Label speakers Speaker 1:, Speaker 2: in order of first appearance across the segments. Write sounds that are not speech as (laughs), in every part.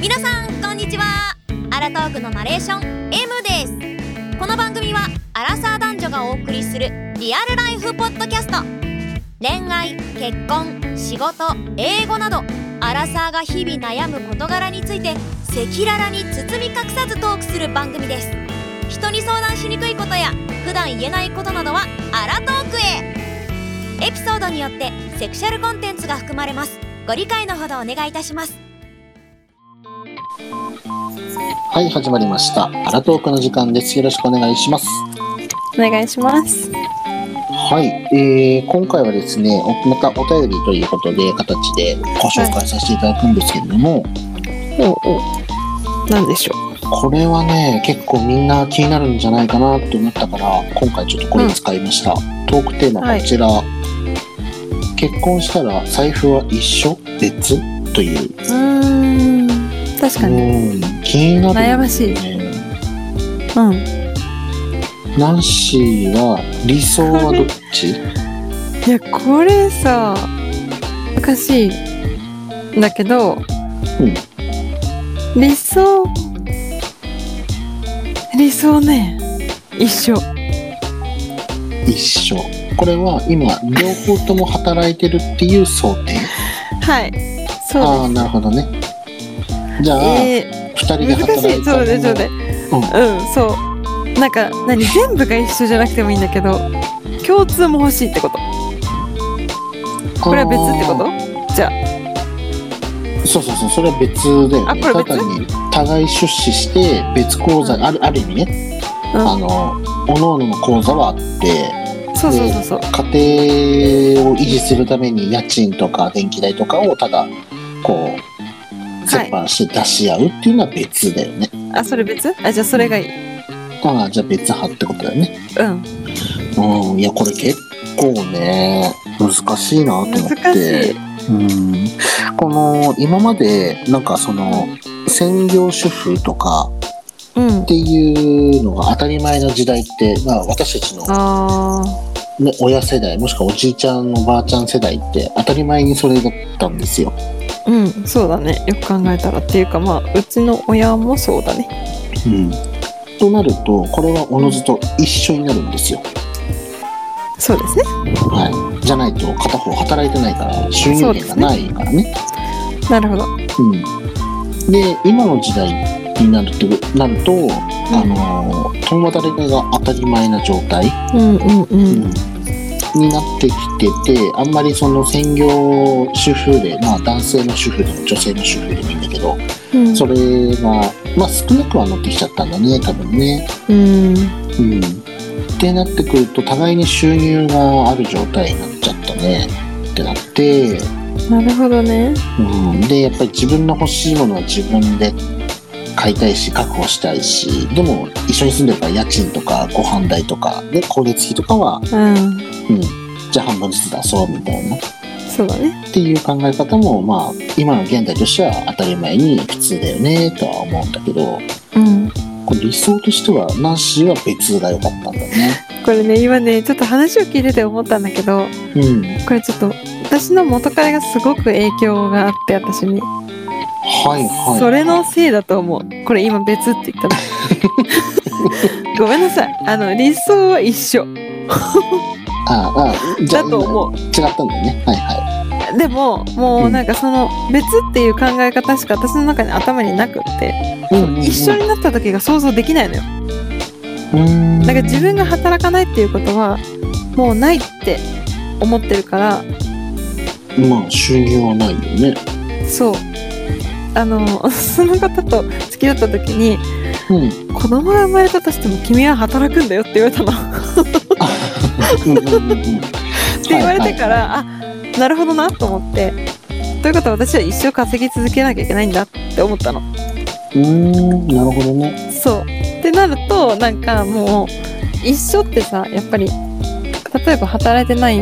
Speaker 1: 皆さんこんにちはアラトークのナレーション M ですこの番組はアラサー男女がお送りするリアルライフポッドキャスト恋愛結婚仕事英語などアラサーが日々悩む事柄について赤裸々に包み隠さずトークする番組です人に相談しにくいことや普段言えないことなどはアラトークへエピソードによってセクシャルコンテンツが含まれますご理解のほどお願いいたします
Speaker 2: はい、始まりました。アラトークの時間です。よろしくお願いします。
Speaker 3: お願いします。
Speaker 2: はい、えー、今回はですね、おまたお便りということで、形でご紹介させていただくんですけれども、
Speaker 3: おお。なんでしょ
Speaker 2: これはね、結構みんな気になるんじゃないかなって思ったから、今回ちょっとこれ使いました。トークテーマはこちら、結婚したら財布は一緒別という。
Speaker 3: う。うーん。確かに
Speaker 2: うん、気になる
Speaker 3: 悩
Speaker 2: よ
Speaker 3: ましい。
Speaker 2: ね。
Speaker 3: うん。
Speaker 2: ナンシーは理想はどっち
Speaker 3: いやこれさ難しいんだけど、理想理想ね一緒。
Speaker 2: 一緒これは今両方とも働いてるっていう想定
Speaker 3: はい。
Speaker 2: あ
Speaker 3: そ
Speaker 2: あ
Speaker 3: う
Speaker 2: なるほどねじゃあ、
Speaker 3: です。えー
Speaker 2: 二人で
Speaker 3: 難し
Speaker 2: 働い
Speaker 3: いそう
Speaker 2: て
Speaker 3: ねそうねうん、そうなんか何全部が一緒じゃなくてもいいんだけど共通も欲しいってことこれは別ってこと
Speaker 2: とそうそうそうそれは別だよね
Speaker 3: あこれ別
Speaker 2: ただに互い出資して別口座、
Speaker 3: う
Speaker 2: あるある意味ね、
Speaker 3: うん
Speaker 2: あの各々の口座はあって
Speaker 3: そうそうそうそう
Speaker 2: 家庭を維持するために家賃とか電気代とかをただこう折半して出し合うっていうのは別だよね、
Speaker 3: あそれ別あじゃあそれがいい
Speaker 2: ああじゃあ別派ってことだよね
Speaker 3: うん
Speaker 2: うん、いやこれ結構ね難しいなと思って
Speaker 3: 難しい
Speaker 2: うん、この今までなんかその専業主婦とか
Speaker 3: うん
Speaker 2: っていうのが当たり前の時代って、まあ、私たちの、
Speaker 3: あ
Speaker 2: ね、親世代もしくはおじいちゃんのばあちゃん世代って当たり前にそれだったんですよ。
Speaker 3: ーうんそうだねよく考えたらっていうかまあうちの親もそうだね
Speaker 2: うん、となるとこれはおのずと一緒になるんですよ。
Speaker 3: そうですね
Speaker 2: はい、じゃないと片方働いてないから収入源がないからね。
Speaker 3: なるほど
Speaker 2: うん、で今の時代になるとなると、あのー共働きが当たり前な状態、
Speaker 3: うんうんうん
Speaker 2: になってきててあんまりその専業主婦で、まあ、男性の主婦でも女性の主婦でもいいんだけど
Speaker 3: うん
Speaker 2: それが、まあ、少なくは乗ってきちゃったんだね多分ね。
Speaker 3: う
Speaker 2: う
Speaker 3: ん
Speaker 2: んってなってくると互いに収入がある状態になっちゃったねってなって。
Speaker 3: なるほどね
Speaker 2: うん、でやっぱり自分の欲しいものは自分で買いたいし確保したいしでも一緒に住んでるから家賃とかご飯代とかで光熱費とかは、
Speaker 3: うん
Speaker 2: うん、じゃあ半分ずつ出そうみたいなっ
Speaker 3: そうだね
Speaker 2: ていう考え方もまあ今の現代としては当たり前に普通だよねとは思うんだけど
Speaker 3: うん
Speaker 2: これ理想としてはナンシーは別が良かったんだね。
Speaker 3: これね今ねちょっと話を聞いてて思ったんだけど
Speaker 2: うん、
Speaker 3: これちょっと私の元彼がすごく影響があって私に、
Speaker 2: はいはい。
Speaker 3: それのせいだと思うこれ今別って言ったの (laughs) ごめんなさいあの理想は一緒
Speaker 2: ああじゃあ
Speaker 3: だと思う
Speaker 2: 今違ったんだよね。はいは
Speaker 3: でもも
Speaker 2: う
Speaker 3: うんなんかその別っていう考え方しか私の中に頭になくって、
Speaker 2: い。うんうんうん
Speaker 3: 一緒になった時が想像できないのよ
Speaker 2: うん
Speaker 3: なんか自分が働かないっていうことはもうないって思ってるから
Speaker 2: まあ収入はないよね。
Speaker 3: そうあの (laughs) その方と付き合った時に
Speaker 2: うん。うん
Speaker 3: 「子供が生まれたとしても君は働くんだよ」って言われたのっ
Speaker 2: うんうんうん。って
Speaker 3: 言われてから、あなるほどなと思ってということは私は一生稼ぎ続けなきゃいけないんだって思ったの
Speaker 2: うーん、なるほどね。
Speaker 3: そうってなるとなんかもう一緒ってさやっぱり例えば働いてない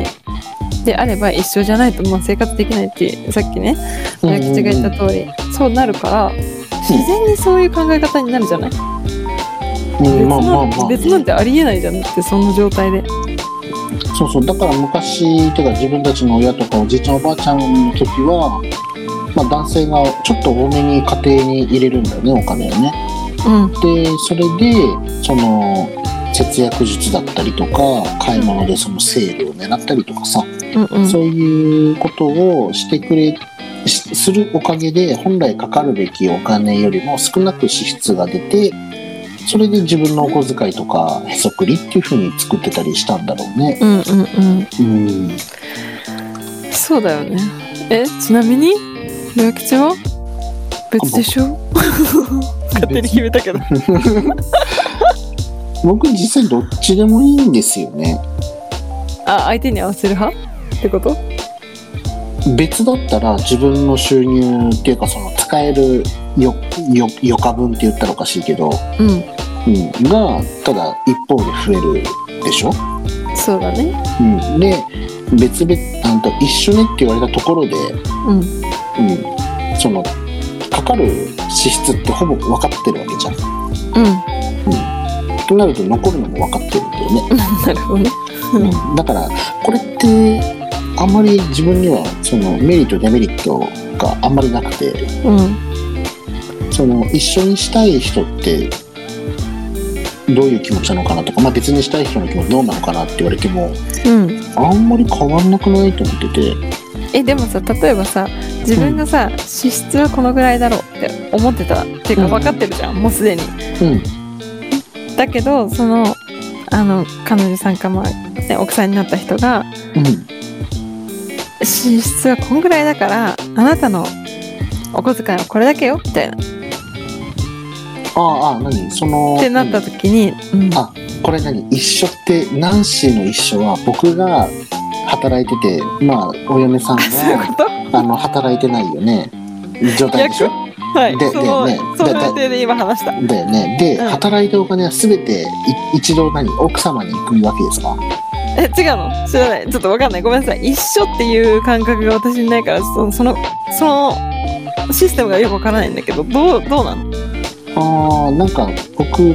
Speaker 3: であれば一緒じゃないともう生活できないってさっきね大吉が言った通りそうなるから自然にそういう考え方になるじゃない
Speaker 2: うんうん
Speaker 3: 別
Speaker 2: まあまあ
Speaker 3: な
Speaker 2: まあ
Speaker 3: ん
Speaker 2: ね。
Speaker 3: 別なんてありえないじゃんってその状態で
Speaker 2: そうそう、だから昔、てか自分たちの親とかおじいちゃんおばあちゃんの時は、まあ、男性がちょっと多めに家庭に入れるんだよねお金をね。
Speaker 3: うん
Speaker 2: でそれでその節約術だったりとか買い物でそのセールを狙ったりとかさ、
Speaker 3: うんうん
Speaker 2: そういうことをしてくれしするおかげで本来かかるべきお金よりも少なく支出が出てそれで自分のお小遣いとかへそくりっていう風に作ってたりしたんだろうね。
Speaker 3: うんうんうん
Speaker 2: うん
Speaker 3: そうだよねえちなみに両吉は別でしょ (laughs) 勝手に決めたけど
Speaker 2: 僕実際どっちでもいいんですよね。
Speaker 3: あ相手に合わせる派ってこと
Speaker 2: 別だったら自分の収入っていうかその使えるよよ余暇分って言ったらおかしいけど、
Speaker 3: うん
Speaker 2: うん、がただ一方で増えるでしょ、
Speaker 3: そうだね
Speaker 2: うん、で別々あんと一緒ねって言われたところで、
Speaker 3: う
Speaker 2: う
Speaker 3: ん
Speaker 2: ん、そのかかる支出ってほぼ分かってるわけじゃん。
Speaker 3: うん
Speaker 2: となると残るのも分かってるんだよね。
Speaker 3: なるほどねうん
Speaker 2: だからこれってあんまり自分にはそのメリットデメリットがあんまりなくて
Speaker 3: うん
Speaker 2: その一緒にしたい人ってどういう気持ちなのかなとか、まあ、別にしたい人の気持ちどうなのかなって言われても
Speaker 3: うん
Speaker 2: あんまり変わんなくないと思ってて
Speaker 3: えでもさ例えばさ自分がさ支出はこのぐらいだろうって思ってたっていうか
Speaker 2: うん
Speaker 3: 分かってるじゃんもうすでに
Speaker 2: うん
Speaker 3: だけどそのあの彼女さんかまあ、ね、奥さんになった人が
Speaker 2: うん
Speaker 3: 支出はこんぐらいだからあなたのお小遣いはこれだけよみたいなっ
Speaker 2: ああああ何その
Speaker 3: てなった時に、うん、
Speaker 2: あこれ何一緒ってナンシーの一緒は僕が働いててまあお嫁さん
Speaker 3: あ (laughs) そういう
Speaker 2: が
Speaker 3: こと
Speaker 2: あの働いてないよね状態でしょ
Speaker 3: はい
Speaker 2: で
Speaker 3: その、
Speaker 2: でね
Speaker 3: その
Speaker 2: だ
Speaker 3: 予定で今話した
Speaker 2: だよねで、
Speaker 3: うん
Speaker 2: 働いたお金は全てい一度何奥様に行くわけですか
Speaker 3: え違うの知らないちょっとわかんないごめんなさい一緒っていう感覚が私にないからそのそのそのシステムがよくわからないんだけどどうどうなの
Speaker 2: あーなんか僕家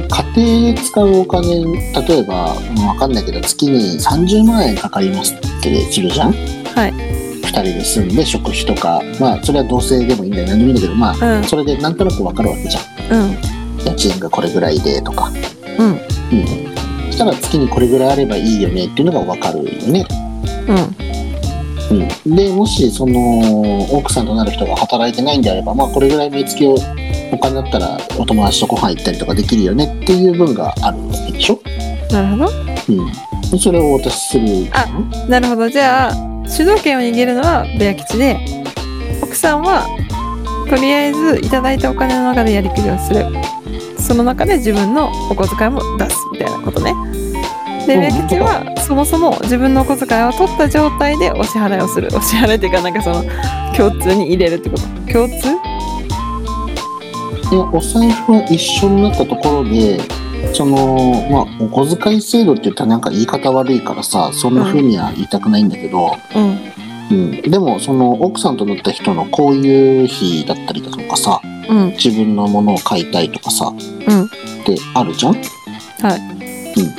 Speaker 2: 庭で使うお金例えば分かんないけど月に30万円かかりますってするじゃん
Speaker 3: はい
Speaker 2: 2人で住んで食費とかまあそれは同棲でもいいんだよ何でもいいんだけどまあ
Speaker 3: うん
Speaker 2: それでなんとなく分かるわけじゃん
Speaker 3: うん
Speaker 2: 家賃がこれぐらいでとか
Speaker 3: うん
Speaker 2: うんそしたら月にこれぐらいあればいいよねっていうのが分かるよね
Speaker 3: うん
Speaker 2: うん、でもしその奥さんとなる人が働いてないんであれば、まあ、これぐらい毎月をお金だったらお友達とご飯行ったりとかできるよねっていう分があるわけでしょ、
Speaker 3: なるほど
Speaker 2: うん、それをお渡しする
Speaker 3: あなるほどじゃあ主導権を握るのはベア吉で奥さんはとりあえずいただいたお金の中でやりくりをするその中で自分のお小遣いも出すみたいなことねで
Speaker 2: うん
Speaker 3: ベア吉はそもそも自分のお小遣いを取った状態でお支払いをするお支払いっていうかなんかその共通に入れるってこと共通
Speaker 2: でお財布は一緒になったところでそのまあお小遣い制度って言ったらなんか言い方悪いからさそんな風には言いたくないんだけど、
Speaker 3: うん
Speaker 2: うん、でもその奥さんとなった人のこういう費だったりだとかさ
Speaker 3: うん
Speaker 2: 自分のものを買いたいとかさ、
Speaker 3: うん
Speaker 2: ってあるじゃん、うん、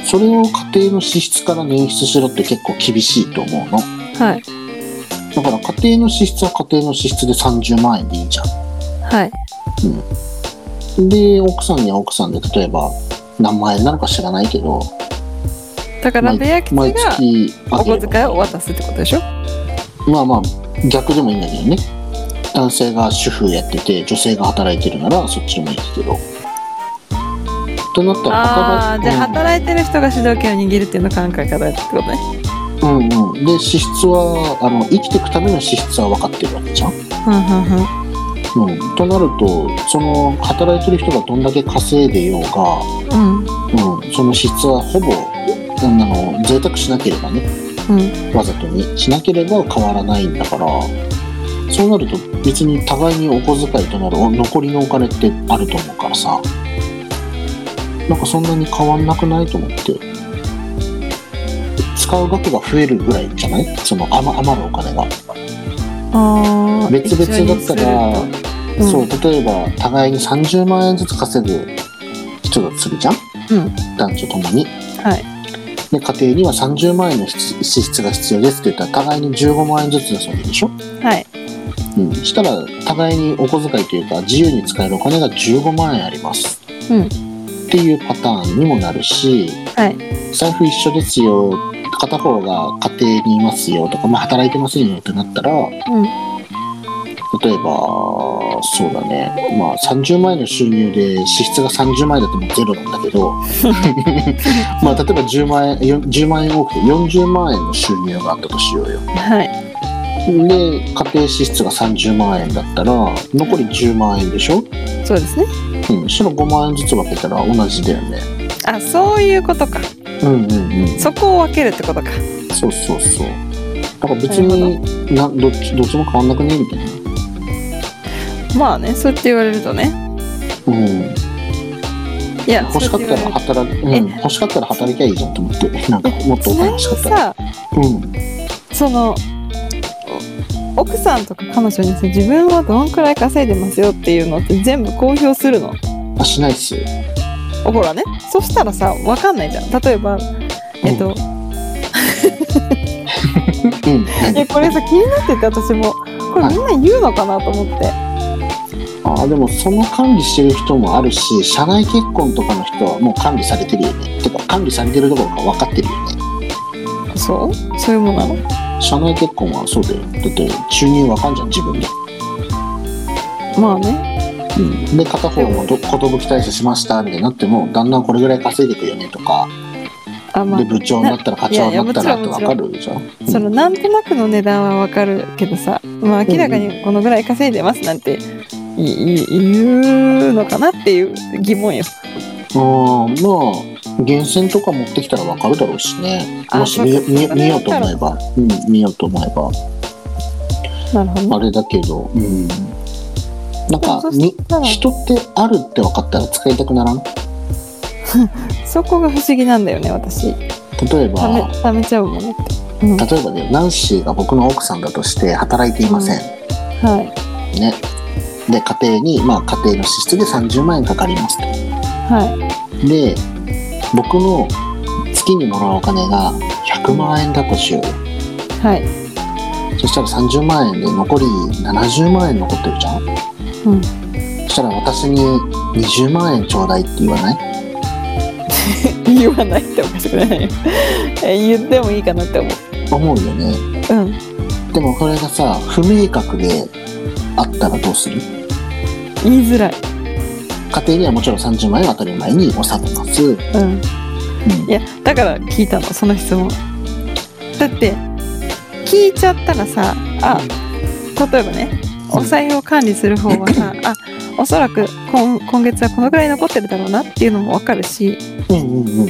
Speaker 2: それを家庭の支出から捻出しろって結構厳しいと思うの
Speaker 3: はい
Speaker 2: だから家庭の支出は家庭の支出で30万円でいいじゃ
Speaker 3: はい
Speaker 2: んで奥さんには奥さんで例えば何万円なのか知らないけど
Speaker 3: だからベア吉が
Speaker 2: 毎月あ
Speaker 3: お
Speaker 2: げ
Speaker 3: 小
Speaker 2: る
Speaker 3: 遣いを渡すってことでしょ
Speaker 2: まあまあ逆でもいいんだけどね男性が主婦やってて女性が働いてるならそっちでもいいけどとなったら
Speaker 3: ああ
Speaker 2: (laughs)
Speaker 3: ーじゃあ
Speaker 2: うん
Speaker 3: 働いてる人が主導権を握るっていうの考え方ってことね
Speaker 2: うんうん、で支出はあの生きていくための支出は分かってるわけじゃん。
Speaker 3: う
Speaker 2: うん、となるとその働いてる人がどんだけ稼いでようが、
Speaker 3: んうんうん
Speaker 2: うん、その支出はほぼあの贅沢しなければね
Speaker 3: うん
Speaker 2: わざとにしなければ変わらないんだからそうなると別に互いにお小遣いとなるお残りのお金ってあると思うからさなんかそんなに変わんなくないと思って使う額が増えるぐらいじゃないその余余るお金が。
Speaker 3: あー
Speaker 2: 別々だったら、
Speaker 3: 一緒にすると
Speaker 2: そううん例えば互いに30万円ずつ稼ぐ人だとするじゃん、
Speaker 3: うん
Speaker 2: 男女ともに。
Speaker 3: はい
Speaker 2: で家庭には30万円の支支出が必要ですって言ったら互いに15万円ずつ出すわけでしょ
Speaker 3: はい
Speaker 2: うん、したら互いにお小遣いというか自由に使えるお金が15万円あります、
Speaker 3: うん
Speaker 2: っていうパターンにもなるし、
Speaker 3: はい
Speaker 2: 財布一緒ですよ片方が家庭にいますよとか、まあ、働いてませんよってなったら、
Speaker 3: ん
Speaker 2: 例えばそうだね、まあ、30万円の収入で支出が30万円だともうゼロなんだけ
Speaker 3: (laughs)
Speaker 2: どまあ例えば10万円よ10万円多くて40万円の収入があったとしようよ。
Speaker 3: はい
Speaker 2: で家庭支出が30万円だったら残り10万円でしょ、
Speaker 3: そうですね
Speaker 2: うん、その5万円ずつ分けたら同じだよね
Speaker 3: あそういうことか
Speaker 2: うんうんうん
Speaker 3: そこを分けるってことか
Speaker 2: そうそうそうだから別になどっちどっちも変わんなくねみたいな
Speaker 3: まあねそうやって言われるとね
Speaker 2: うん
Speaker 3: いや
Speaker 2: 欲しかったら
Speaker 3: そうやって
Speaker 2: 働き、う
Speaker 3: え
Speaker 2: ん、欲しかったら働きゃいいじゃんと思ってなんかもっとお
Speaker 3: 言われ
Speaker 2: 金欲
Speaker 3: るち
Speaker 2: しかった
Speaker 3: なみに
Speaker 2: ら
Speaker 3: さ
Speaker 2: うん
Speaker 3: そのお奥さんとか彼女にさ自分はどんくらい稼いでますよっていうのって全部公表するの
Speaker 2: あしないっすよ
Speaker 3: ほらねそしたらさ分かんないじゃん例えばえっと、
Speaker 2: うん
Speaker 3: (laughs) いやこれさ気になってて私もこれみんな言うのかなと思って、
Speaker 2: あでもその管理してる人もあるし社内結婚とかの人はもう管理されてるよねてか管理されてるどころか分かってるよね
Speaker 3: そうそういうものなの
Speaker 2: 社内結婚はそうだよだって収入わかんじゃん自分で、
Speaker 3: まあね
Speaker 2: うん、で片方もど寿退社しましたみたいになっても旦那はこれぐらい稼いでくよねとか
Speaker 3: あま
Speaker 2: で
Speaker 3: あ
Speaker 2: 部長になったら課長になったら
Speaker 3: いやい
Speaker 2: って
Speaker 3: やもち
Speaker 2: 分
Speaker 3: ろ
Speaker 2: か
Speaker 3: ん
Speaker 2: るじゃん
Speaker 3: そのなんとなくの値段はわかるけどさ、まあ、明らかにこのぐらい稼いでますなんていい言うのかなっていう疑問よ。
Speaker 2: あーまあ源泉とか持ってきたら分かるだろうしね
Speaker 3: あ
Speaker 2: もし見よ
Speaker 3: そうか
Speaker 2: 見
Speaker 3: そう
Speaker 2: よ見よ
Speaker 3: か
Speaker 2: うと思えば、うん、見ようと思えば
Speaker 3: なるほどね
Speaker 2: あれだけど、うん、なんか
Speaker 3: そうそう
Speaker 2: に
Speaker 3: ただ
Speaker 2: 人ってあるって分かったら使いたくならん
Speaker 3: そこが不思議なんだよね私
Speaker 2: 例え
Speaker 3: ため
Speaker 2: ば
Speaker 3: ためちゃうものって。
Speaker 2: 例えばねナンシーが僕の奥さんだとして働いていません、
Speaker 3: はい
Speaker 2: ねで家庭にまあ家庭の支出で30万円かかりますと
Speaker 3: は
Speaker 2: で僕の月にもらうお金が100万円だとしようよ
Speaker 3: いはい
Speaker 2: そしたら30万円で残り70万円残ってるじゃん、
Speaker 3: うん
Speaker 2: そしたら私に20万円ちょうだいって言わない
Speaker 3: 言わないっておかしくないよ (laughs) え言ってもいいかなって思う。
Speaker 2: 思うよね
Speaker 3: うん
Speaker 2: でもこれがさ不明確であったらどうする
Speaker 3: 言いづらい。
Speaker 2: 家庭にはもちろん30万円は当たり前に納めます、うん
Speaker 3: うんいやだから聞いたのその質問だって聞いちゃったらさあ例えばねお財布を管理する方はさあおそらく今今月はこのぐらい残ってるだろうなっていうのも分かるし
Speaker 2: うんうんうん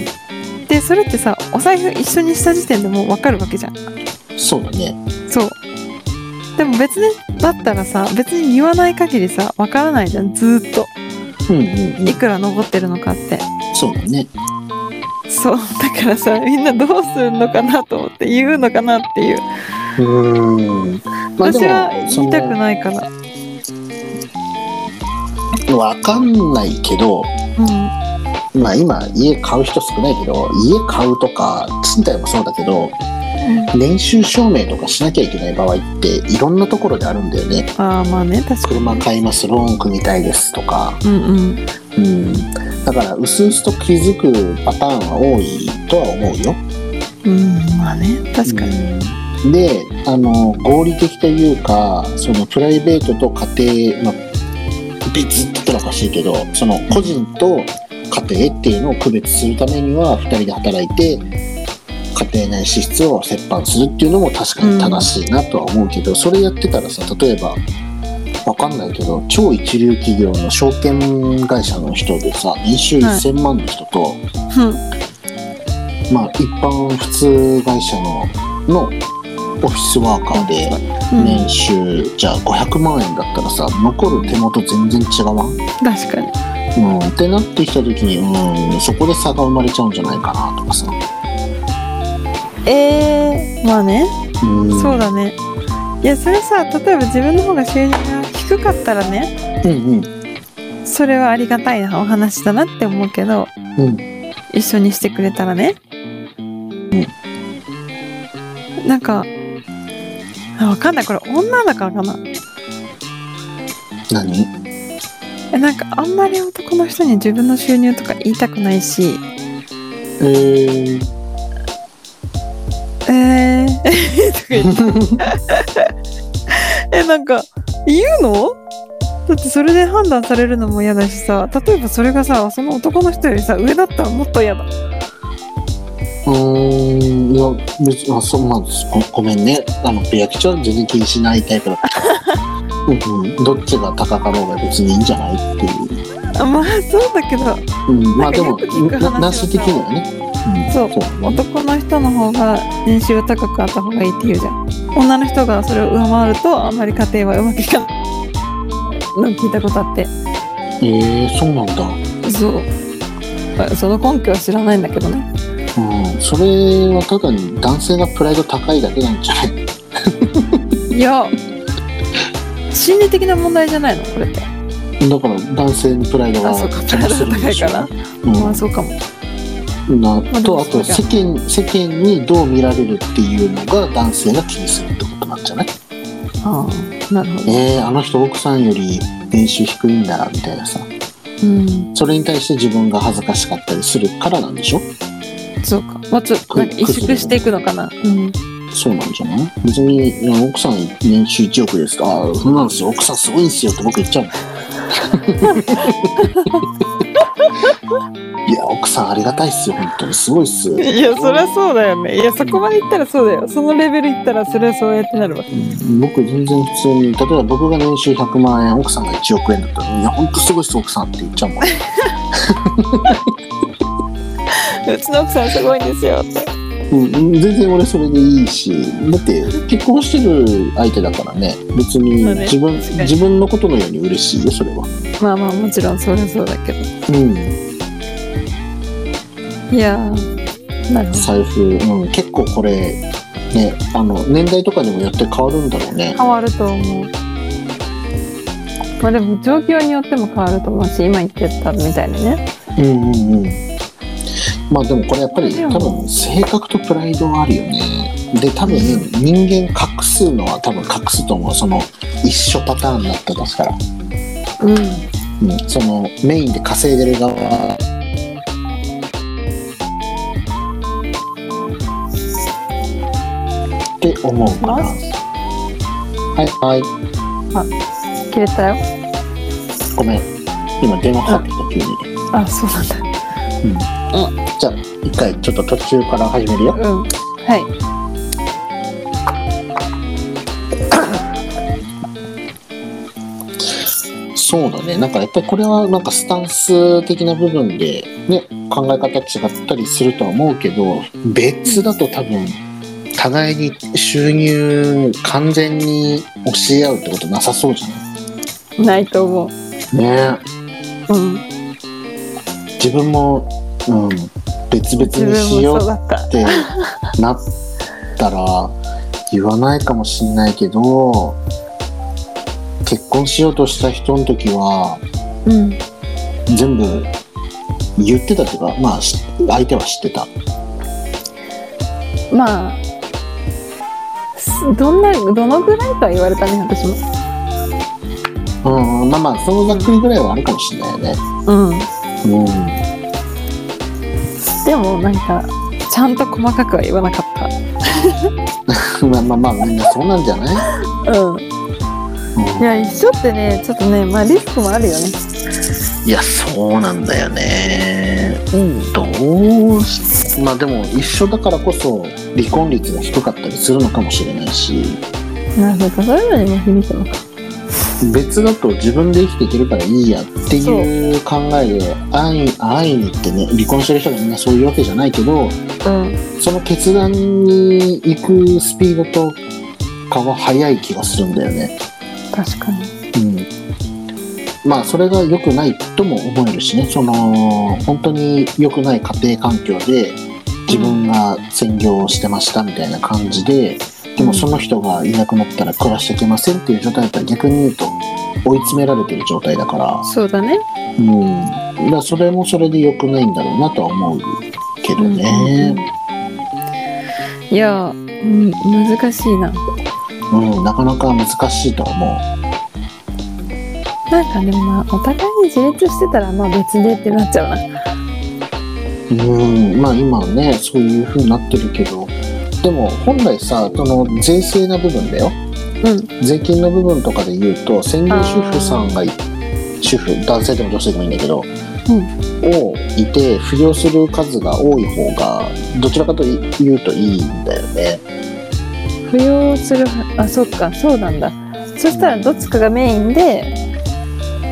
Speaker 3: でそれってさお財布一緒にした時点でもう分かるわけじゃん
Speaker 2: そうだね
Speaker 3: そうでも別にだったらさ別に言わない限りさ分からないじゃんずーっと
Speaker 2: うんうんう
Speaker 3: い
Speaker 2: ん
Speaker 3: くら残ってるのかって
Speaker 2: そうだね
Speaker 3: そうだからさみんなどうするのかなと思って言うのかなっていう
Speaker 2: うーんまあで
Speaker 3: 私は
Speaker 2: もそ
Speaker 3: 言いたく
Speaker 2: の
Speaker 3: ないから。
Speaker 2: わかんないけど
Speaker 3: うん。
Speaker 2: まあ今家買う人少ないけど家買うとか賃貸もそうだけど年収証明とかしなきゃいけない場合っていろんなところであるんだよね
Speaker 3: ああまあね確かに。
Speaker 2: 車買いますローン組みたいですとか
Speaker 3: うんうん。
Speaker 2: うんだから薄々と気づくパターンは多いとは思うよ
Speaker 3: うんまあね確かに。
Speaker 2: うんであの合理的というかそのプライベートと家庭、まあ、別って言ったらおかしいけどその個人と家庭っていうのを区別するためには2人で働いて家庭内支出を折半するっていうのも確かに正しいなとは思うけど、それやってたらさ例えばわかんないけど超一流企業の証券会社の人でさ年収
Speaker 3: はい
Speaker 2: 1,000万の人と。
Speaker 3: うん
Speaker 2: まあ、一般普通会社ののオフィスワーカーで
Speaker 3: うん
Speaker 2: 年収、じゃあ500万円だったらさ残る手元全然違わん、うん、
Speaker 3: 確かに。
Speaker 2: ってなってきた時に、うん、そこで差が生まれちゃうんじゃないかなとかさ、
Speaker 3: えー、まあね、
Speaker 2: うん、
Speaker 3: そうだね。いやそれさ例えば自分の方が収入が低かったらね
Speaker 2: うんうん
Speaker 3: それはありがたいなお話だなって思うけど
Speaker 2: うん
Speaker 3: 一緒にしてくれたらね。なんかあわかんないこれ女だからかな。
Speaker 2: 何
Speaker 3: えなんかあんまり男の人に自分の収入とか言いたくないし
Speaker 2: うーん
Speaker 3: (laughs) えー、とか言って (laughs) えなんか言うのだってそれで判断されるのも嫌だしさ例えばそれがさその男の人よりさ上だったらもっと嫌だ
Speaker 2: うーんいや別にあそうなんですごごめんねあのペヤキちゃん全然気にしないタイプだったから
Speaker 3: (laughs)
Speaker 2: うん、うん、どっちが高かろうが別にいいんじゃないっていう、
Speaker 3: あまあそうだけど
Speaker 2: うん、ま
Speaker 3: な
Speaker 2: あ
Speaker 3: んか
Speaker 2: でも
Speaker 3: よく聞く話をさ
Speaker 2: ななし的にはね、うん、
Speaker 3: そう
Speaker 2: そうね
Speaker 3: 男の人の方が年収が高くあった方がいいって言うじゃん女の人がそれを上回るとあんまり家庭はうまくいかないなんか聞いたことあって
Speaker 2: えー、そうなんだ
Speaker 3: そうまあその根拠は知らないんだけどね
Speaker 2: うんそれはただに男性がプライド高いだけなんじゃない
Speaker 3: いや心理的な問題じゃないのこれって
Speaker 2: だから男性にプライドが
Speaker 3: あそうか
Speaker 2: ちゃんとするんでしょ
Speaker 3: プライド
Speaker 2: う
Speaker 3: まあ
Speaker 2: ん
Speaker 3: そうかも
Speaker 2: な
Speaker 3: あで
Speaker 2: と
Speaker 3: も
Speaker 2: あと
Speaker 3: そ
Speaker 2: 世
Speaker 3: う
Speaker 2: 間世間にどう見られるっていうのが男性が気にするってことなんじゃない
Speaker 3: ああなるほど
Speaker 2: えー、あの人奥さんより年収低いんだみたいなさ
Speaker 3: うん
Speaker 2: それに対して自分が恥ずかしかったりするからなんでしょ
Speaker 3: そうかまあちょっとなんか萎縮していくのかなうん
Speaker 2: そうなんじゃない別にいや奥さん年収1億ですああそうなんですよ奥さんすごいんですよって僕言っちゃうのいや奥さんありがたいっすよ本当にすごいっすよ
Speaker 3: いやそりゃそうだよねいやそこまでいったらそうだよそのレベルいったらそれはそうやってなるわ
Speaker 2: 僕全然普通に例えば僕が年収100万円奥さんが1億円だったら「いやほんとすごいっす奥さん」って言っちゃうもん
Speaker 3: うちの奥さんすごいんですよって
Speaker 2: うん全然俺それでいいしだって結婚してる相手だからね別に
Speaker 3: まあね
Speaker 2: 自分、
Speaker 3: 確かに
Speaker 2: 自分のことのように嬉しいよそれは
Speaker 3: まあまあもちろんそりゃそうだけど
Speaker 2: うん
Speaker 3: いやーなるほど
Speaker 2: 財布、うん、結構これねあの年代とかにもよって変わるんだろうね
Speaker 3: 変わると思うまあでも状況によっても変わると思うし今言ってたみたいにね
Speaker 2: うんうんうんまあでもこれやっぱり
Speaker 3: で
Speaker 2: 多
Speaker 3: も
Speaker 2: 分性格とプライドはあるよねで多分人間隠すのは多分隠すと思うその一緒パターンだったですから、
Speaker 3: うん
Speaker 2: うん、そのメインで稼いでる側って思うかな
Speaker 3: ま
Speaker 2: はいはい
Speaker 3: 切れたよ
Speaker 2: ごめん今電話かかってきた急に、
Speaker 3: あそうなん
Speaker 2: じゃあ一回ちょっと途中から始めるよ
Speaker 3: だうんはい
Speaker 2: そうだねなんかやっぱりこれはなんかスタンス的な部分で、ね、考え方違ったりするとは思うけど別だと多分互いに収入完全に教え合うってことなさそうじゃな
Speaker 3: ないと思う
Speaker 2: いねえ
Speaker 3: うん
Speaker 2: 自分も、うん、別々
Speaker 3: 自
Speaker 2: にし
Speaker 3: 分
Speaker 2: よ
Speaker 3: も
Speaker 2: う
Speaker 3: そう
Speaker 2: っ
Speaker 3: だった
Speaker 2: てなったら言わないかもしんないけど結婚しようとした人の時は
Speaker 3: うん
Speaker 2: 全部言ってたというか、まあ、し相手は知ってた。
Speaker 3: まあすどんなどのぐらいとは言われたね私も
Speaker 2: うん、まあまあ、そのざっくりぐらいはあるかもしれないよね。
Speaker 3: うん
Speaker 2: うん。
Speaker 3: でもなんかちゃんと細かくは言わなかっ
Speaker 2: まあまあまあ、みんなそうなんじゃない、
Speaker 3: たうん
Speaker 2: うん
Speaker 3: いや一緒ってねちょっとねまあリスクもあるよね
Speaker 2: いや、そうなんだよね。
Speaker 3: うん
Speaker 2: どうし、まあでも一緒だからこそ離婚率が低かったりするのかもしれないし、
Speaker 3: なるほどそういうのにも響くのか
Speaker 2: 別だと自分で生きていけるからいいやっていう考えで、安易安易にってね、離婚してる人がみんなそういうわけじゃないけど、
Speaker 3: うん
Speaker 2: その決断に行くスピードとかは速い気がするんだよね。
Speaker 3: 確かに
Speaker 2: うん。まあそれが良くないとも思えるしね、その本当に良くない家庭環境で自分が専業をしてましたみたいな感じで、でもその人がいなくなったら暮らしていけませんっていう状態だったら逆に言うと追い詰められてる状態だから、
Speaker 3: そうだね
Speaker 2: うん。だからそれもそれで良くないんだろうなとは思うけどね。
Speaker 3: いや、うん、難しいな
Speaker 2: うん、なかなか難しいとは思う。
Speaker 3: なんかでもまあお互いに自立してたらまあ別でってなっちゃ
Speaker 2: う
Speaker 3: うな
Speaker 2: んまあ今はねそういう風になってるけどでも本来さその税制な部分だよ
Speaker 3: うん
Speaker 2: 税金の部分とかで言うと専業主婦さんがい主婦男性でも女性でもいいんだけど、をいて扶養する数が多い方がどちらかというといいんだよね。
Speaker 3: 扶養するあそっかそうなんだそしたらどっちかがメインで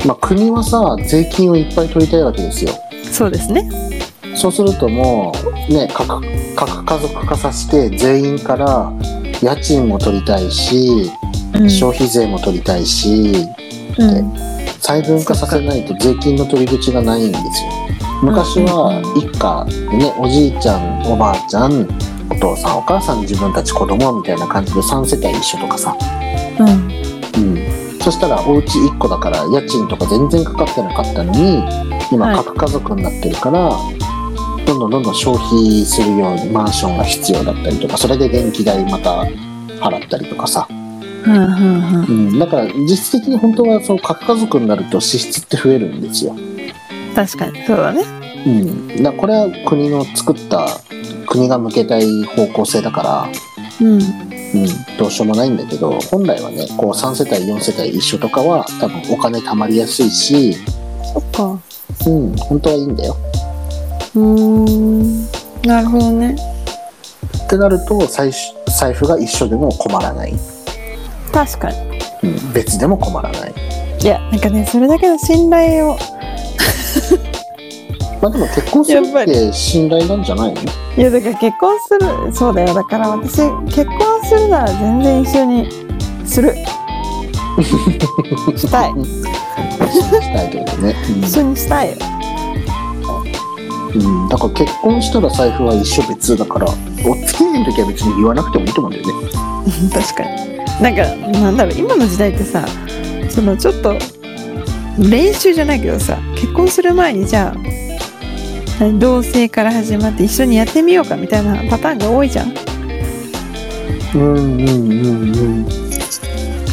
Speaker 2: まあ、国はさ税金をいっぱい取りたいわけですよ。
Speaker 3: そうですね
Speaker 2: そうするともうね核核家族化させて全員から家賃も取りたいし
Speaker 3: うん
Speaker 2: 消費税も取りたいし、
Speaker 3: うん
Speaker 2: 細分化させないと税金の取り口がないんですよ昔は一家ねおじいちゃんおばあちゃんお父さんお母さん自分たち子供みたいな感じで3世帯一緒とかさ、
Speaker 3: うん
Speaker 2: うん、そしたらお家1個だから家賃とか全然かかってなかったのに
Speaker 3: は
Speaker 2: 今
Speaker 3: い
Speaker 2: 核家族になってるから、どんどんどんどん消費するようにマンションが必要だったりとかそれで電気代また払ったりとかさ、
Speaker 3: うんうんう
Speaker 2: うん、だから実質的に本当はその核家族になると支出って増えるんですよ
Speaker 3: ん確かにそうだね
Speaker 2: うん、だこれは国の作った国が向けたい方向性だから、
Speaker 3: うん
Speaker 2: うん、どうしようもないんだけど本来はねこう3世帯4世帯一緒とかは多分お金貯まりやすいし、
Speaker 3: そっか
Speaker 2: うん、本当はいいんだよ。
Speaker 3: うーんなるほどね
Speaker 2: ってなると財布財布が一緒でも困らない、
Speaker 3: 確かに
Speaker 2: うん、別でも困らない、
Speaker 3: いやなんかねそれだけの信頼を
Speaker 2: まあ、でも結婚する
Speaker 3: や
Speaker 2: っ
Speaker 3: っぱ
Speaker 2: て信頼なんじゃないの
Speaker 3: いやだから結婚するそうだよだから私結婚するなら全然一緒にす (laughs) るしたい
Speaker 2: したいけどね、
Speaker 3: 一緒にしたいよ
Speaker 2: うんうん、だから結婚したら財布は一緒別だからお付き合いの時は別に言わなくてもいいと思うんだよね
Speaker 3: (laughs) 確かになんかなんだろう今の時代ってさそのちょっと練習じゃないけどさ結婚する前にじゃあ同棲から始まって一緒にやってみようかみたいなパターンが多いじゃん
Speaker 2: うんうんうんうん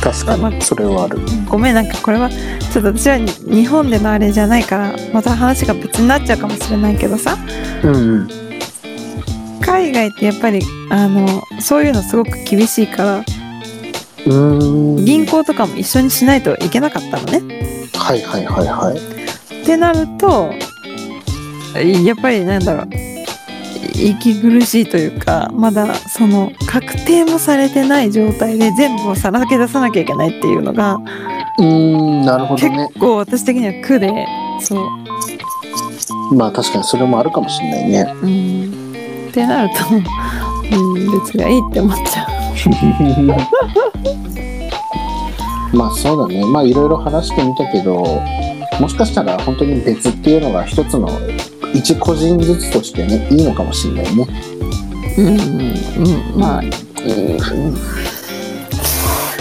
Speaker 2: 確か
Speaker 3: ま
Speaker 2: にそれはある、
Speaker 3: ごめんなんかこれはちょっと私はに日本でのあれじゃないからまた話が別になっちゃうかもしれないけどさ
Speaker 2: うんうん、
Speaker 3: 海外ってやっぱりあのそういうのすごく厳しいから
Speaker 2: うん
Speaker 3: 銀行とかも一緒にしないといけなかったのね。
Speaker 2: はいはいはいはい
Speaker 3: ってなるとやっぱりなんだろう息苦しいというかまだその確定もされてない状態で全部をさらけ出さなきゃいけないっていうのが
Speaker 2: うんなるほど
Speaker 3: 結
Speaker 2: ね
Speaker 3: 構私的には苦でそう
Speaker 2: まあ確かにそれもあるかもしれない (laughs) ね
Speaker 3: うんってなるとうん別がいいって思っちゃ
Speaker 2: まあそうだねまあいろいろ話してみたけどもしかしたら本当に別っていうのが一つの一個人ずつとしてねいいのかもしれないね
Speaker 3: う。うんうんうんまあ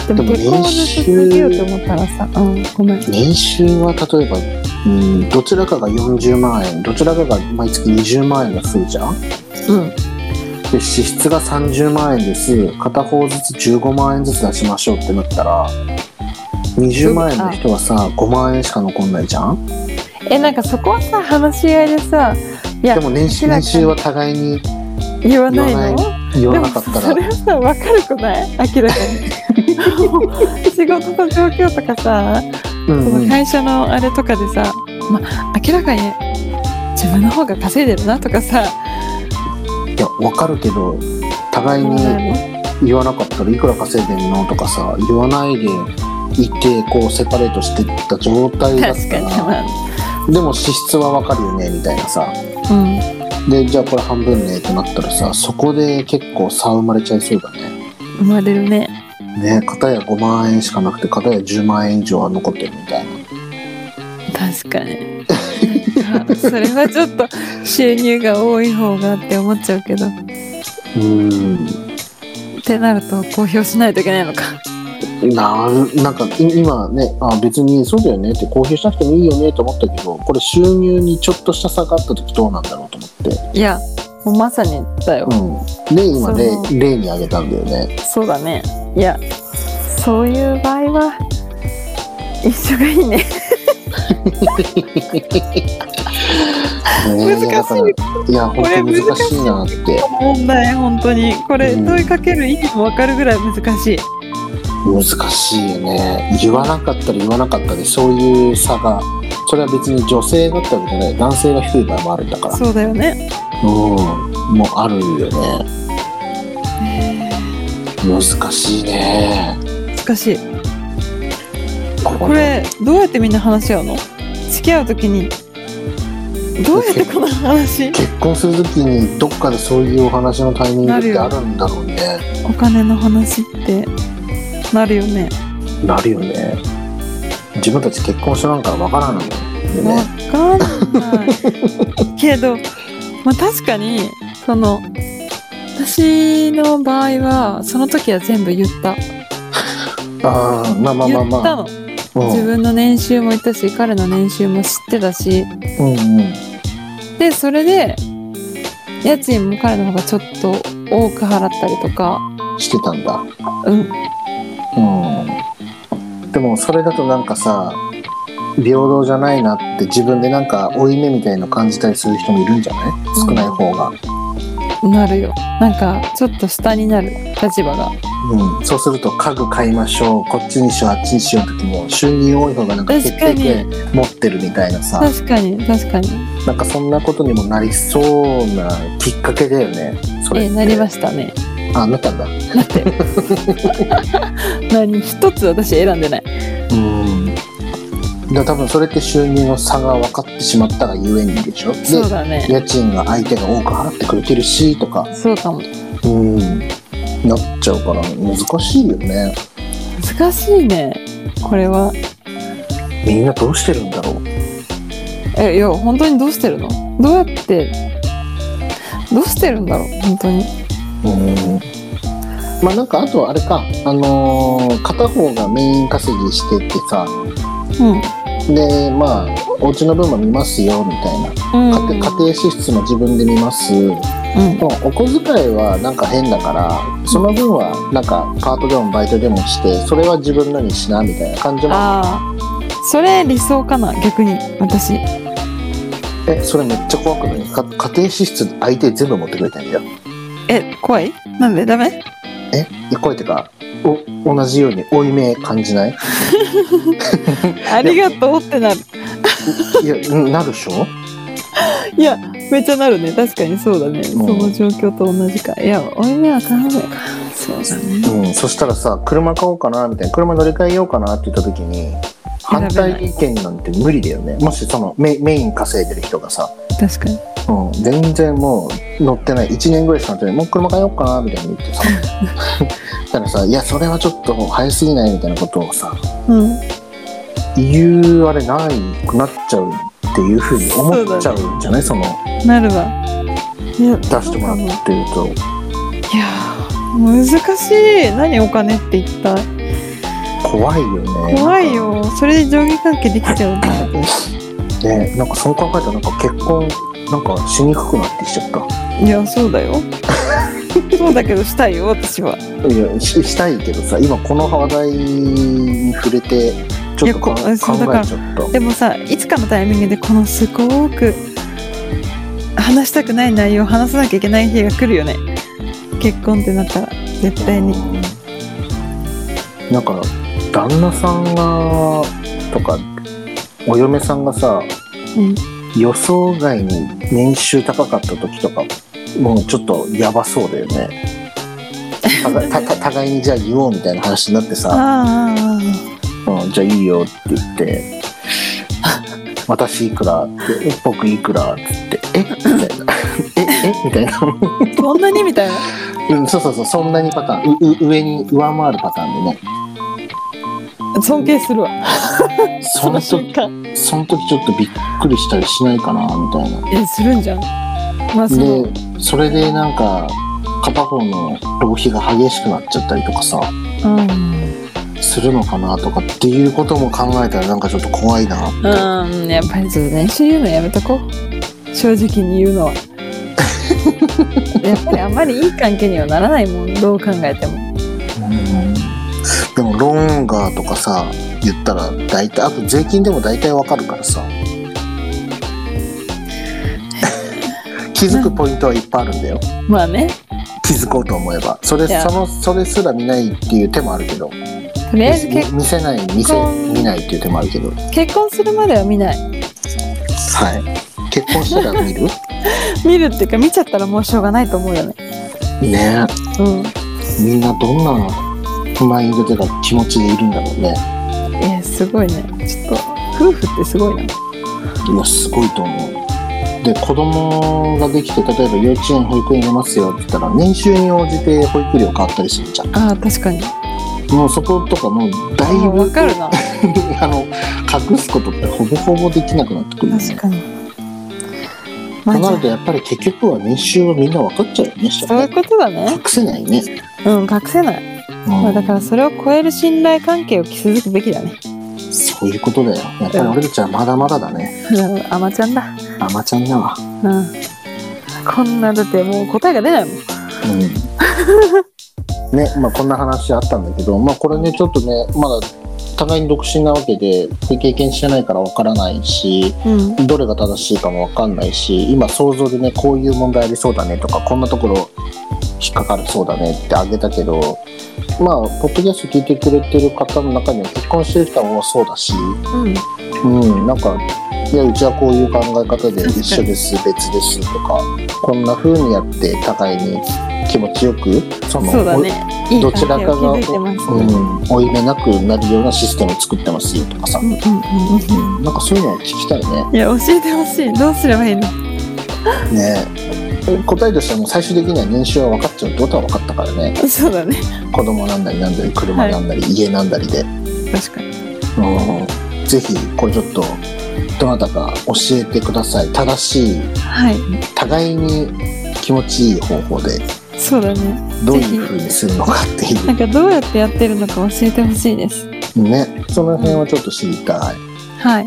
Speaker 3: でも
Speaker 2: でも
Speaker 3: 結婚をずっと続けようと思ったらさ、うん、ごめん
Speaker 2: 年収は例えばうんどちらかが40万円どちらかが毎月20万円がするじゃん
Speaker 3: うん
Speaker 2: で支出が30万円です片方ずつ15万円ずつ出しましょうってなったら20万円の人はさ5万円しか残んないじゃん
Speaker 3: えなんかそこはさ話し合いでさいや
Speaker 2: でも年収
Speaker 3: 明
Speaker 2: 年
Speaker 3: らかに
Speaker 2: 収は互いに
Speaker 3: 言わない
Speaker 2: 言わ
Speaker 3: の
Speaker 2: ない言わなかった
Speaker 3: でもさそれ
Speaker 2: ら
Speaker 3: はさ分かるくな
Speaker 2: (laughs)
Speaker 3: い明らかに仕事の状況とか
Speaker 2: う
Speaker 3: さ、
Speaker 2: ん
Speaker 3: そ
Speaker 2: うん
Speaker 3: の会社のあれとかでさ、まあ、明らかに自分の方が稼いでるなとかさ
Speaker 2: いや分かるけど互い
Speaker 3: 言わない
Speaker 2: に
Speaker 3: の
Speaker 2: 言わなかったらいくら稼いでんのとかさ言わないでいてこうセパレートしてった状態だっ
Speaker 3: 確か
Speaker 2: た
Speaker 3: に
Speaker 2: らでも支出は分かるよねみたいなさ
Speaker 3: うん
Speaker 2: でじゃあこれ半分ねってなったらさそこで結構差生まれちゃいそうだね
Speaker 3: 生まれるね
Speaker 2: ね片や5万円しかなくて片や10万円以上は残ってるみたいな
Speaker 3: 確かに
Speaker 2: (laughs)
Speaker 3: なんかそれはちょっと収入が多い方がって思っちゃうけどっ
Speaker 2: うん
Speaker 3: てなると公表しないといけないのか
Speaker 2: なるなんかい今ねあ別にそうだよねって公表しなくてもいいよねと思ったけどこれ収入にちょっとした差があった時どうなんだろうと思
Speaker 3: いやもうまさにだよ、
Speaker 2: って、うん、で今例
Speaker 3: そ
Speaker 2: 例に挙げたんだよ
Speaker 3: (laughs)
Speaker 2: ね
Speaker 3: そうだねいやそういう場合は一緒がいいね
Speaker 2: ねえだ
Speaker 3: 難しい
Speaker 2: からいや本
Speaker 3: これ
Speaker 2: 当に難しいなって
Speaker 3: この問題本当にこれ
Speaker 2: うん
Speaker 3: 問いかける意味も分かるぐらい難しい、
Speaker 2: 難しいよね言わなかったり言わなかったりそういう差がそれは別に女性だったわけじゃない男性が低い場合もあるんだから
Speaker 3: そうだよね
Speaker 2: うんもうあるよね難しいね
Speaker 3: 難しい
Speaker 2: こ
Speaker 3: これどうやってみんな話し合うの付き合う時にどうやってこの話
Speaker 2: 結婚するときにどっかでそういうお話のタイミング
Speaker 3: な
Speaker 2: っ
Speaker 3: る
Speaker 2: て
Speaker 3: よ
Speaker 2: あるんだろうね
Speaker 3: お金の話ってなるよね
Speaker 2: なるよね自分たち結婚してなんからわからないもんね
Speaker 3: 分かんない (laughs) けどまあ確かにその私の場合はその時は全部言った
Speaker 2: ああまあまあまあ
Speaker 3: 言った
Speaker 2: まあ
Speaker 3: の
Speaker 2: うん
Speaker 3: 自分の年収も言ったし彼の年収も知ってたし
Speaker 2: うんうん
Speaker 3: でそれで家賃も彼の方がちょっと多く払ったりとか
Speaker 2: してたんだ
Speaker 3: うん
Speaker 2: うんでもそれだとなんかさ平等じゃないなって自分でなんか負い目みたいの感じたりする人もいるんじゃない少ない方が、
Speaker 3: なるよなんかちょっと下になる立場が
Speaker 2: うんそうすると家具買いましょうこっちにしようあっちにしようって時も収入多い方がなんか決定権持ってるみたいなさ
Speaker 3: 確かに確かに
Speaker 2: なんかそんなことにもなりそうなきっかけだよねそ
Speaker 3: え
Speaker 2: れ
Speaker 3: ーなりま
Speaker 2: し
Speaker 3: したね
Speaker 2: たあなったんだう
Speaker 3: だって何一つ私選んでない
Speaker 2: んで多分それって収入の差が分かってしまったがゆえにでしょで
Speaker 3: そうだね
Speaker 2: 家賃が相手が多く払ってくれてるしとか、
Speaker 3: そうかも
Speaker 2: うん、なっちゃうから難しいよね
Speaker 3: 難しいねこれは
Speaker 2: みんなどうしてるんだろう
Speaker 3: えいや本当にどうしてるのどうやってどうしてるんだろう本当に
Speaker 2: うんまあなんかあとはあれかあのー片方がメイン稼ぎしててさでまあお家の分も見ますよみたいな
Speaker 3: うん
Speaker 2: 家庭家庭支出も自分で見ます
Speaker 3: うん
Speaker 2: でもお小遣いはなんか変だからその分はなんかパートでもバイトでもしてそれは自分のにしなみたいな感じも
Speaker 3: ああそれ理想かな逆に私
Speaker 2: えそれめっちゃ怖くないか家庭支出相手全部持ってくれたんだよ
Speaker 3: え怖いなんでダメ
Speaker 2: えいやこうやってかお同じように負い目感じない
Speaker 3: ありがとうってなる
Speaker 2: いや (laughs) うんなるでしょ
Speaker 3: いやめっちゃなるね確かにそうだね、その状況と同じかいやおい目は頼むかそうだね
Speaker 2: うん、そしたらさ車買おうかなみたいな車乗り換えようかなって言った時に反対意見なんて無理だよねもしそのメメイン稼いでる人がさ、
Speaker 3: 確かに
Speaker 2: うん、全然もう乗ってない1年ぐらいしか乗ってないもう車買えようかなみたいに言ってさ (laughs) そしたらさ「いやそれはちょっと早すぎない」みたいなことをさ
Speaker 3: うん
Speaker 2: 言うあれないくなっちゃうっていうふうに思っちゃうんじゃないそ,、
Speaker 3: なるわいや出
Speaker 2: の出してもらってると
Speaker 3: いや難しい何お金って一体
Speaker 2: 怖いよね
Speaker 3: 怖いよそれで上下関係できちゃうんだ
Speaker 2: ねなんかそう考えたらなんか結婚なんかしにくくなってきちゃった
Speaker 3: いやそうだ (laughs) よそうだけどしたいよ私はい
Speaker 2: やししたいけどさ今この話題に触れてちょっとか
Speaker 3: いやこそうだ
Speaker 2: 考
Speaker 3: から
Speaker 2: えちゃった
Speaker 3: でもさいつかのタイミングでこのすごく話したくない内容を話さなきゃいけない日が来るよね結婚ってなったら絶対に
Speaker 2: うんなんか旦那さんがとかお嫁さんがさ
Speaker 3: うん
Speaker 2: 予想外に年収高かった時とかもうちょっとやばそうだよね
Speaker 3: (laughs)
Speaker 2: 互いたた互いにじゃあ言おうみたいな話になってさ
Speaker 3: あああ
Speaker 2: うん、じゃあいいよって言って、私いくらって、え僕いくらって言って、えみたいな。ええみたいな。
Speaker 3: あそんなにみたいな
Speaker 2: うん、そうそうそう、そんなにパターン。うう上に上回るパターンで
Speaker 3: 尊敬するわ
Speaker 2: ね。
Speaker 3: そ
Speaker 2: そ
Speaker 3: の
Speaker 2: の
Speaker 3: 瞬
Speaker 2: 時、
Speaker 3: 間
Speaker 2: その時ちょっとびっくりしたりしないかな、みたいな。
Speaker 3: えするんじゃんまあその
Speaker 2: で、それでなんか、片方の浪費が激しくなっちゃったりとかさ、
Speaker 3: うん、
Speaker 2: するのかなとかっていうことも考えたらなんかちょっと怖いなって。
Speaker 3: うん、やっぱりちょっと練習言うのやめとこう正直に言う (laughs) のはやっぱりあんまりいい関係にはならないもんどう考えても
Speaker 2: でもローンガーとかさ言ったら大体あと税金でも大体わかるからさ気づくポイントはいっぱいあるんだよ
Speaker 3: まあね
Speaker 2: 気づこうと思えばそれ
Speaker 3: いや
Speaker 2: そのそれすら見ないっていう手もあるけど
Speaker 3: とりあえず
Speaker 2: 見
Speaker 3: 結
Speaker 2: 見せない見せ見ないっていう手もあるけど
Speaker 3: 結婚するまでは見ない
Speaker 2: はい結婚したら見る
Speaker 3: 見るっていうか見ちゃったらもうしょうがないと思うよね
Speaker 2: ね
Speaker 3: うん
Speaker 2: えみんなどんなマインドというか気持ちでいるんだろうね
Speaker 3: えー、すごいねちょっと夫婦ってすごいない
Speaker 2: やすごいと思うで子供ができて例えば幼稚園保育園入れますよって言ったら年収に応じて保育料変わったりするじゃん
Speaker 3: あー確かに
Speaker 2: もうそことかもうだ
Speaker 3: あ
Speaker 2: い
Speaker 3: ー
Speaker 2: ぶ
Speaker 3: わかるな
Speaker 2: (laughs) あの隠すことってほぼほぼできなくなってくるよね
Speaker 3: 確かにま
Speaker 2: とな
Speaker 3: あじゃ
Speaker 2: るとやっぱり結局は年収はみんな分かっちゃうよね
Speaker 3: あそういうことだね
Speaker 2: 隠せないね、
Speaker 3: うん隠せな
Speaker 2: う
Speaker 3: い、
Speaker 2: ん
Speaker 3: まあ、だからそれを超える信頼関係を築くべきだね
Speaker 2: そういうことだよやっぱり俺たちはまだまだだね
Speaker 3: なるほどあまちゃんだ
Speaker 2: アマちゃんだわ
Speaker 3: うんこんなだってもう答えが出ないもん
Speaker 2: うん、ねまあこんな話あったんだけどまあこれねちょっとねまだ互いに独身なわけで経験してないからわからないし
Speaker 3: うん
Speaker 2: どれが正しいかもわかんないし今想像でねこういう問題ありそうだねとかこんなところ引っかかるそうだねってあげたけどまあポッドキャスト聞いてくれてる方の中には結婚してる人もそうだし
Speaker 3: うん
Speaker 2: うん、なんかいやうちはこういう考え方で一緒です別ですとかこんな風にやって互いに気持ちよくその
Speaker 3: そうだねいい
Speaker 2: ど
Speaker 3: 関
Speaker 2: ちら
Speaker 3: 係
Speaker 2: かが
Speaker 3: を築いてます
Speaker 2: おう
Speaker 3: ね
Speaker 2: ん、負い目なくなるようなシステムを作ってますよとかさ、
Speaker 3: うんうんうんうん
Speaker 2: うん、なんかそういうのを聞きたいね
Speaker 3: いや教えてほしいどうすればいいの
Speaker 2: ねえ答えとしてはもう最終的には年収は分かっちゃうってことは分かったからね
Speaker 3: そうだね
Speaker 2: 子供なんだりなんだり車なんだり、家なんだりで、
Speaker 3: 確かに
Speaker 2: うん、ぜひこれちょっとどなたか教えてください正しい
Speaker 3: はい
Speaker 2: 互いに気持ちいい方法で
Speaker 3: そうだね
Speaker 2: どういう風にするのかってい
Speaker 3: なんかどうやってやってるのか教えてほしいです
Speaker 2: うねその辺はちょっと知りたい。
Speaker 3: はい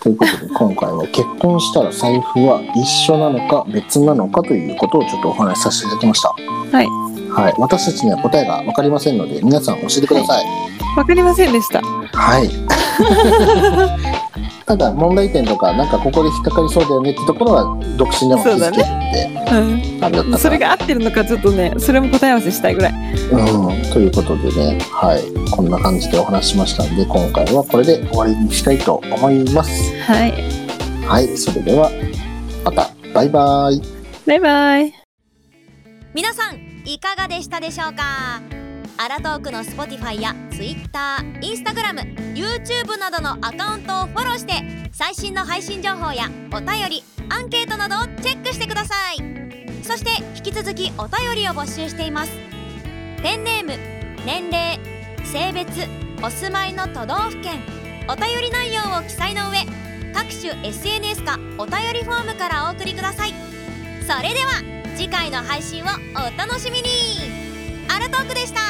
Speaker 2: ということで今回は結婚したら財布は一緒なのか別なのかということをちょっとお話しさせていただきました。
Speaker 3: はい
Speaker 2: はい、私たちには答えが分かりませんので皆さん教えてください。
Speaker 3: わかりませんでした
Speaker 2: はい。 (laughs) ただ問題点とかなんかここで引っかかりそうだよねってところは独身でも気づけるんで、
Speaker 3: う
Speaker 2: あれだった
Speaker 3: ん
Speaker 2: ら
Speaker 3: それが合ってるのかちょっとねそれも答え合わせしたいぐらい
Speaker 2: うん、ということでね、はい、こんな感じでお話ししましたんで、今回はこれで終わりにしたいと思います。
Speaker 3: はい
Speaker 2: はい、それでは、また、バイバイ。
Speaker 3: バイバイ
Speaker 1: 皆さんいかがでしたでしょうかアラトークの Spotify や TwitterInstagramYouTube などのアカウントをフォローして最新の配信情報やお便りアンケートなどをチェックしてくださいそして引き続きお便りを募集していますペンネーム年齢性別お住まいの都道府県お便り内容を記載の上各種 SNS かお便りフォームからお送りくださいそれでは次回の配信をお楽しみにアラトークでした